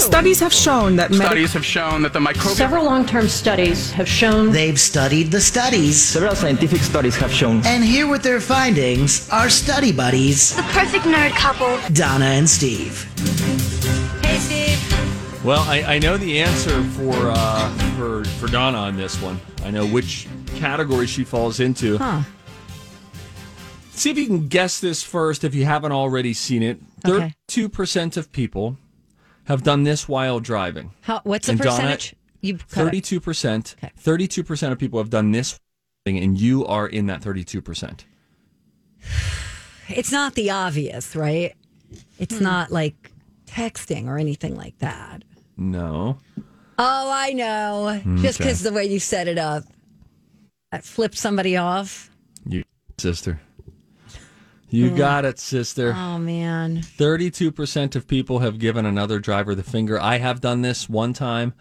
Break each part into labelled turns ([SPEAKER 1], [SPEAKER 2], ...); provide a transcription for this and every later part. [SPEAKER 1] Studies have shown that medi-
[SPEAKER 2] Studies have shown that the microbial
[SPEAKER 3] Several long term studies have shown
[SPEAKER 4] They've studied the studies.
[SPEAKER 5] Several scientific studies have shown
[SPEAKER 4] And here with their findings are study buddies,
[SPEAKER 6] The perfect nerd couple.
[SPEAKER 4] Donna and Steve.
[SPEAKER 6] Hey, Steve.
[SPEAKER 7] Well, I, I know the answer for uh, for for Donna on this one. I know which category she falls into.
[SPEAKER 3] Huh.
[SPEAKER 7] See if you can guess this first if you haven't already seen it.
[SPEAKER 3] Okay.
[SPEAKER 7] Thirty-two percent of people have done this while driving.
[SPEAKER 3] how, what's the
[SPEAKER 7] And Donna,
[SPEAKER 3] percentage? You cut it.
[SPEAKER 7] Thirty-two percent.
[SPEAKER 3] Okay.
[SPEAKER 7] Thirty-two percent of people have done this thing, and you are in that thirty-two percent.
[SPEAKER 8] It's not the obvious, right? It's
[SPEAKER 1] Hmm.
[SPEAKER 8] not like texting or anything like that.
[SPEAKER 7] No.
[SPEAKER 8] Oh, I know. Just
[SPEAKER 7] Hmm, Okay.
[SPEAKER 8] because the way you set it up, that flipped somebody off.
[SPEAKER 7] You sister. You
[SPEAKER 3] Mm.
[SPEAKER 7] got it,
[SPEAKER 3] Uh-huh.
[SPEAKER 7] sister.
[SPEAKER 8] Oh man,
[SPEAKER 7] 32% of people have given another driver the finger. I have done this one time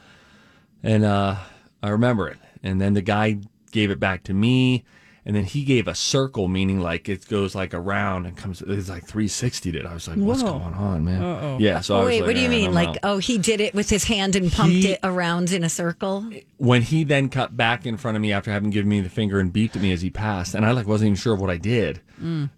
[SPEAKER 7] and uh, I remember it. And then the guy gave it back to me. And then he gave a circle, meaning like it goes like around and comes. It's like 360 did. I was like, what's
[SPEAKER 1] Whoa.
[SPEAKER 7] going on, man? Yeah. So I was
[SPEAKER 8] Oh, wait,
[SPEAKER 7] like,
[SPEAKER 8] what do you
[SPEAKER 7] "All right,
[SPEAKER 8] mean?
[SPEAKER 7] I'm
[SPEAKER 8] Like,
[SPEAKER 7] out."
[SPEAKER 8] oh, he did it with his hand and pumped
[SPEAKER 7] He-
[SPEAKER 8] it around in a circle.
[SPEAKER 7] when he then cut back in front of me after having given me the finger and beeped at me as he passed, and I like wasn't even sure what I did,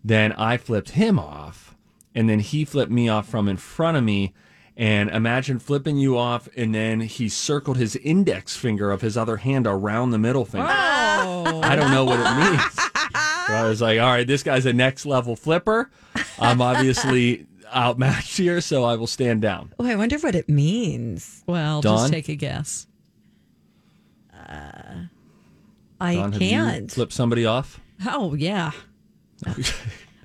[SPEAKER 7] then I flipped him off, and then he flipped me off from in front of me. And imagine flipping you off, and then he circled his index finger of his other hand around the middle finger. I don't know what it means. But I was like, all right, this guy's a next level flipper. I'm obviously outmatched here, so I will stand down.
[SPEAKER 8] Oh, I wonder what it means.
[SPEAKER 1] well,
[SPEAKER 7] Dawn?
[SPEAKER 1] just take a guess.
[SPEAKER 8] I
[SPEAKER 7] Don, have you
[SPEAKER 8] can't.
[SPEAKER 7] flipped somebody off?
[SPEAKER 1] Oh yeah.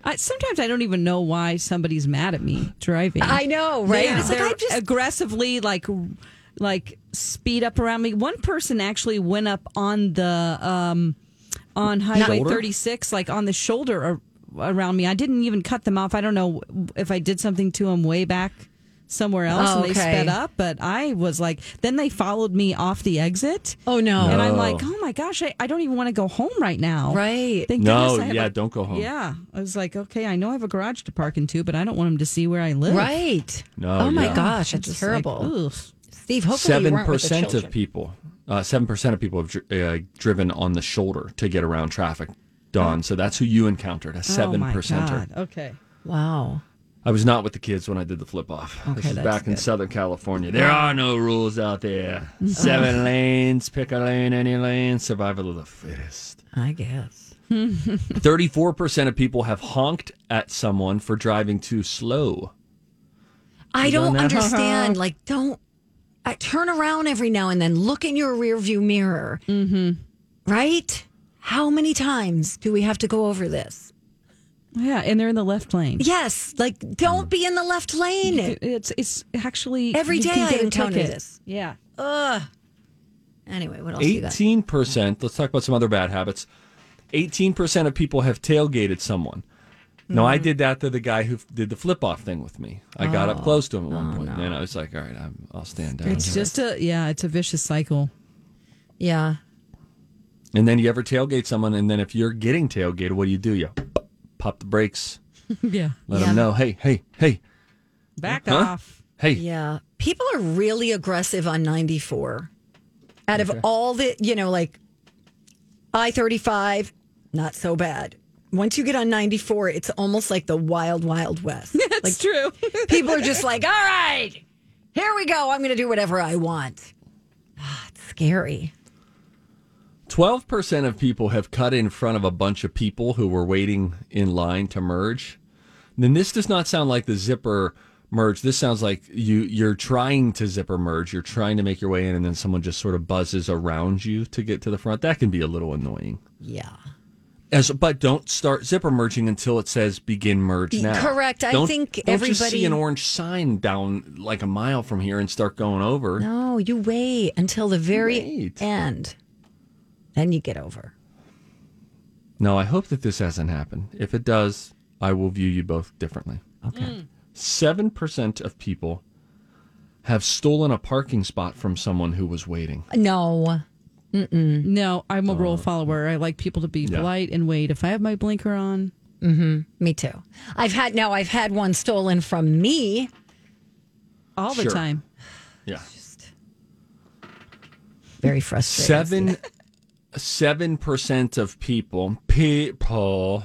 [SPEAKER 1] I, sometimes I don't even know why somebody's mad at me driving.
[SPEAKER 8] I know, right?
[SPEAKER 1] They,
[SPEAKER 8] It's like,
[SPEAKER 1] they're
[SPEAKER 8] I just-
[SPEAKER 1] aggressively like like speed up around me. One person actually went up on the um on Highway
[SPEAKER 7] Shoulder?
[SPEAKER 1] 36, like on the shoulder ar- around me. I didn't even cut them off. I don't know if I did something to them way back somewhere else
[SPEAKER 8] Oh,
[SPEAKER 1] and they
[SPEAKER 8] okay.
[SPEAKER 1] sped up, but I was like, then they followed me off the exit.
[SPEAKER 8] oh no.
[SPEAKER 1] And I'm like, oh my gosh, I, I don't even want to go home right now.
[SPEAKER 8] Right.
[SPEAKER 1] Thank
[SPEAKER 7] No,
[SPEAKER 1] goodness I have
[SPEAKER 7] yeah,
[SPEAKER 1] a-
[SPEAKER 7] don't go home.
[SPEAKER 1] Yeah. I was like, okay, I know I have a garage to park into, but I don't want them to see where I live.
[SPEAKER 8] Right.
[SPEAKER 7] No,
[SPEAKER 8] oh my
[SPEAKER 7] yeah.
[SPEAKER 8] gosh,
[SPEAKER 1] I'm
[SPEAKER 8] it's
[SPEAKER 1] just like,
[SPEAKER 8] terrible.
[SPEAKER 1] oof.
[SPEAKER 8] Steve, hopefully you
[SPEAKER 7] seven
[SPEAKER 8] weren't with the
[SPEAKER 7] percent of
[SPEAKER 8] children.
[SPEAKER 7] people, uh, seven percent of people have dr- uh, driven on the shoulder to get around traffic. Don, so that's who you encountered, a seven
[SPEAKER 1] oh
[SPEAKER 7] percenter.
[SPEAKER 1] percent. Okay.
[SPEAKER 8] Wow.
[SPEAKER 7] I was not with the kids when I did the flip off. this
[SPEAKER 1] Okay,
[SPEAKER 7] is
[SPEAKER 1] that's
[SPEAKER 7] back in
[SPEAKER 1] good. Mm-hmm.
[SPEAKER 7] Southern California. There are no rules out there. Seven lanes, pick a lane, any lane, survival of the fittest.
[SPEAKER 8] I guess.
[SPEAKER 7] Thirty-four percent of people have honked at someone for driving too slow.
[SPEAKER 8] I
[SPEAKER 7] done
[SPEAKER 8] don't
[SPEAKER 7] that?
[SPEAKER 8] understand. like, don't I turn around every now and then. Look in your rearview mirror. Mm-hmm. Right? How many times do we have to go over this?
[SPEAKER 1] Yeah, and they're in the left lane.
[SPEAKER 8] Yes. Like, don't be in the left lane.
[SPEAKER 1] It- It's it's actually
[SPEAKER 8] Every
[SPEAKER 1] you
[SPEAKER 8] day
[SPEAKER 1] can get
[SPEAKER 8] I
[SPEAKER 1] a
[SPEAKER 8] encounter
[SPEAKER 1] ticket.
[SPEAKER 8] this.
[SPEAKER 1] Yeah.
[SPEAKER 8] Anyway, what else you got?
[SPEAKER 7] Eighteen percent. Let's talk about some other bad habits. Eighteen percent of people have tailgated someone. No,
[SPEAKER 1] Mm.
[SPEAKER 7] I did that to the guy who f- did the flip off thing with me. I got up close to him at one point, and I was like, "All right, I'm, I'll stand down."
[SPEAKER 1] Oh. It's
[SPEAKER 7] here."
[SPEAKER 1] just a yeah, it's a vicious cycle.
[SPEAKER 8] Yeah.
[SPEAKER 7] and then you ever tailgate someone, and then if you're getting tailgated, what do you do? You pop the brakes,
[SPEAKER 1] yeah.
[SPEAKER 7] let
[SPEAKER 8] Yeah.
[SPEAKER 7] them know, "Hey, hey, hey,
[SPEAKER 1] Back
[SPEAKER 7] Huh?
[SPEAKER 1] off.
[SPEAKER 7] hey!"
[SPEAKER 8] Yeah. People are really aggressive on 94. Out of all the, you know, like I 35, not so bad. Once you get on 94, it's almost like the wild, wild west. like,
[SPEAKER 1] It's true.
[SPEAKER 8] people are just like, all right, here we go. I'm going to do whatever I want. Ah, scary.
[SPEAKER 7] 12% of people have cut in front of a bunch of people who were waiting in line to merge. Then this does not sound like the zipper merge. This sounds like you you're trying to zipper merge. You're trying to make your way in and then someone just sort of buzzes around you to get to the front. That can be a little annoying.
[SPEAKER 8] Yeah.
[SPEAKER 7] As but don't start zipper merging until it says begin merge now.
[SPEAKER 8] Correct. I
[SPEAKER 7] Don't-
[SPEAKER 8] think
[SPEAKER 7] don't just see
[SPEAKER 8] everybody-
[SPEAKER 7] an orange sign down like a mile from here and start going over.
[SPEAKER 8] No, you wait until the very
[SPEAKER 7] Wait.
[SPEAKER 8] end. Then you get over.
[SPEAKER 7] No, I hope that this hasn't happened. If it does, I will view you both differently. Okay. Seven percent of people have stolen a parking spot from someone who was waiting.
[SPEAKER 8] No.
[SPEAKER 1] No, I'm a rule
[SPEAKER 8] Uh,
[SPEAKER 1] follower. I like people to be polite and wait. If I have my blinker on,
[SPEAKER 8] Me too. I've had now I've had one stolen from me.
[SPEAKER 1] all the
[SPEAKER 7] Sure.
[SPEAKER 1] time.
[SPEAKER 7] Yeah.
[SPEAKER 8] Very frustrating.
[SPEAKER 7] Seven seven percent of people people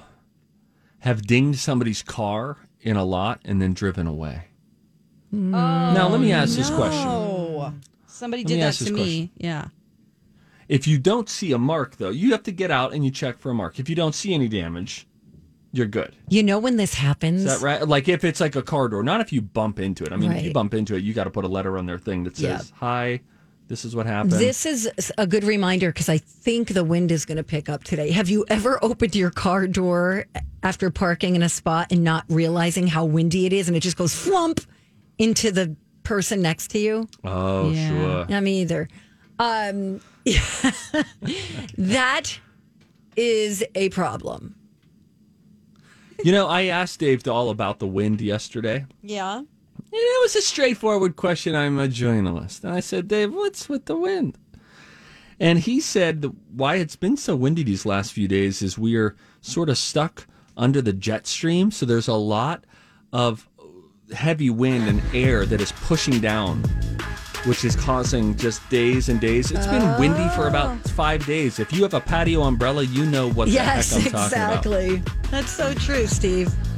[SPEAKER 7] have dinged somebody's car in a lot and then driven away. now let me ask this question.
[SPEAKER 1] Oh, Mm. somebody
[SPEAKER 7] Let
[SPEAKER 1] did
[SPEAKER 7] me
[SPEAKER 1] that
[SPEAKER 7] ask
[SPEAKER 1] to
[SPEAKER 7] this
[SPEAKER 1] me. Yeah.
[SPEAKER 7] If you don't see a mark though, you have to get out and you check for a mark. If you don't see any damage, you're good.
[SPEAKER 8] You know when this happens?
[SPEAKER 7] Is that right? Like if it's like a car door, not if you bump into it. I mean, if you
[SPEAKER 8] Right.
[SPEAKER 7] bump into it, you got to put a letter on their thing that says, "Hi, this is what happened."
[SPEAKER 8] This is a good reminder because I think the wind is going to pick up today. Have you ever opened your car door after parking in a spot and not realizing how windy it is and it just goes flump into the person next to you?
[SPEAKER 7] oh,
[SPEAKER 1] Yeah.
[SPEAKER 7] sure.
[SPEAKER 8] Not me either. Um, that is a problem.
[SPEAKER 7] You know, I asked Dave all about the wind yesterday.
[SPEAKER 1] Yeah.
[SPEAKER 7] And it was a straightforward question. I'm a journalist. And I said, Dave, what's with the wind? And he said, that why it's been so windy these last few days is we are sort of stuck under the jet stream. So there's a lot of heavy wind and air that is pushing down, which is causing just days and days. It's been windy for about five days. If you have a patio umbrella, you know what the
[SPEAKER 8] Yes,
[SPEAKER 7] heck I'm talking about.
[SPEAKER 8] exactly. That's so true, Steve.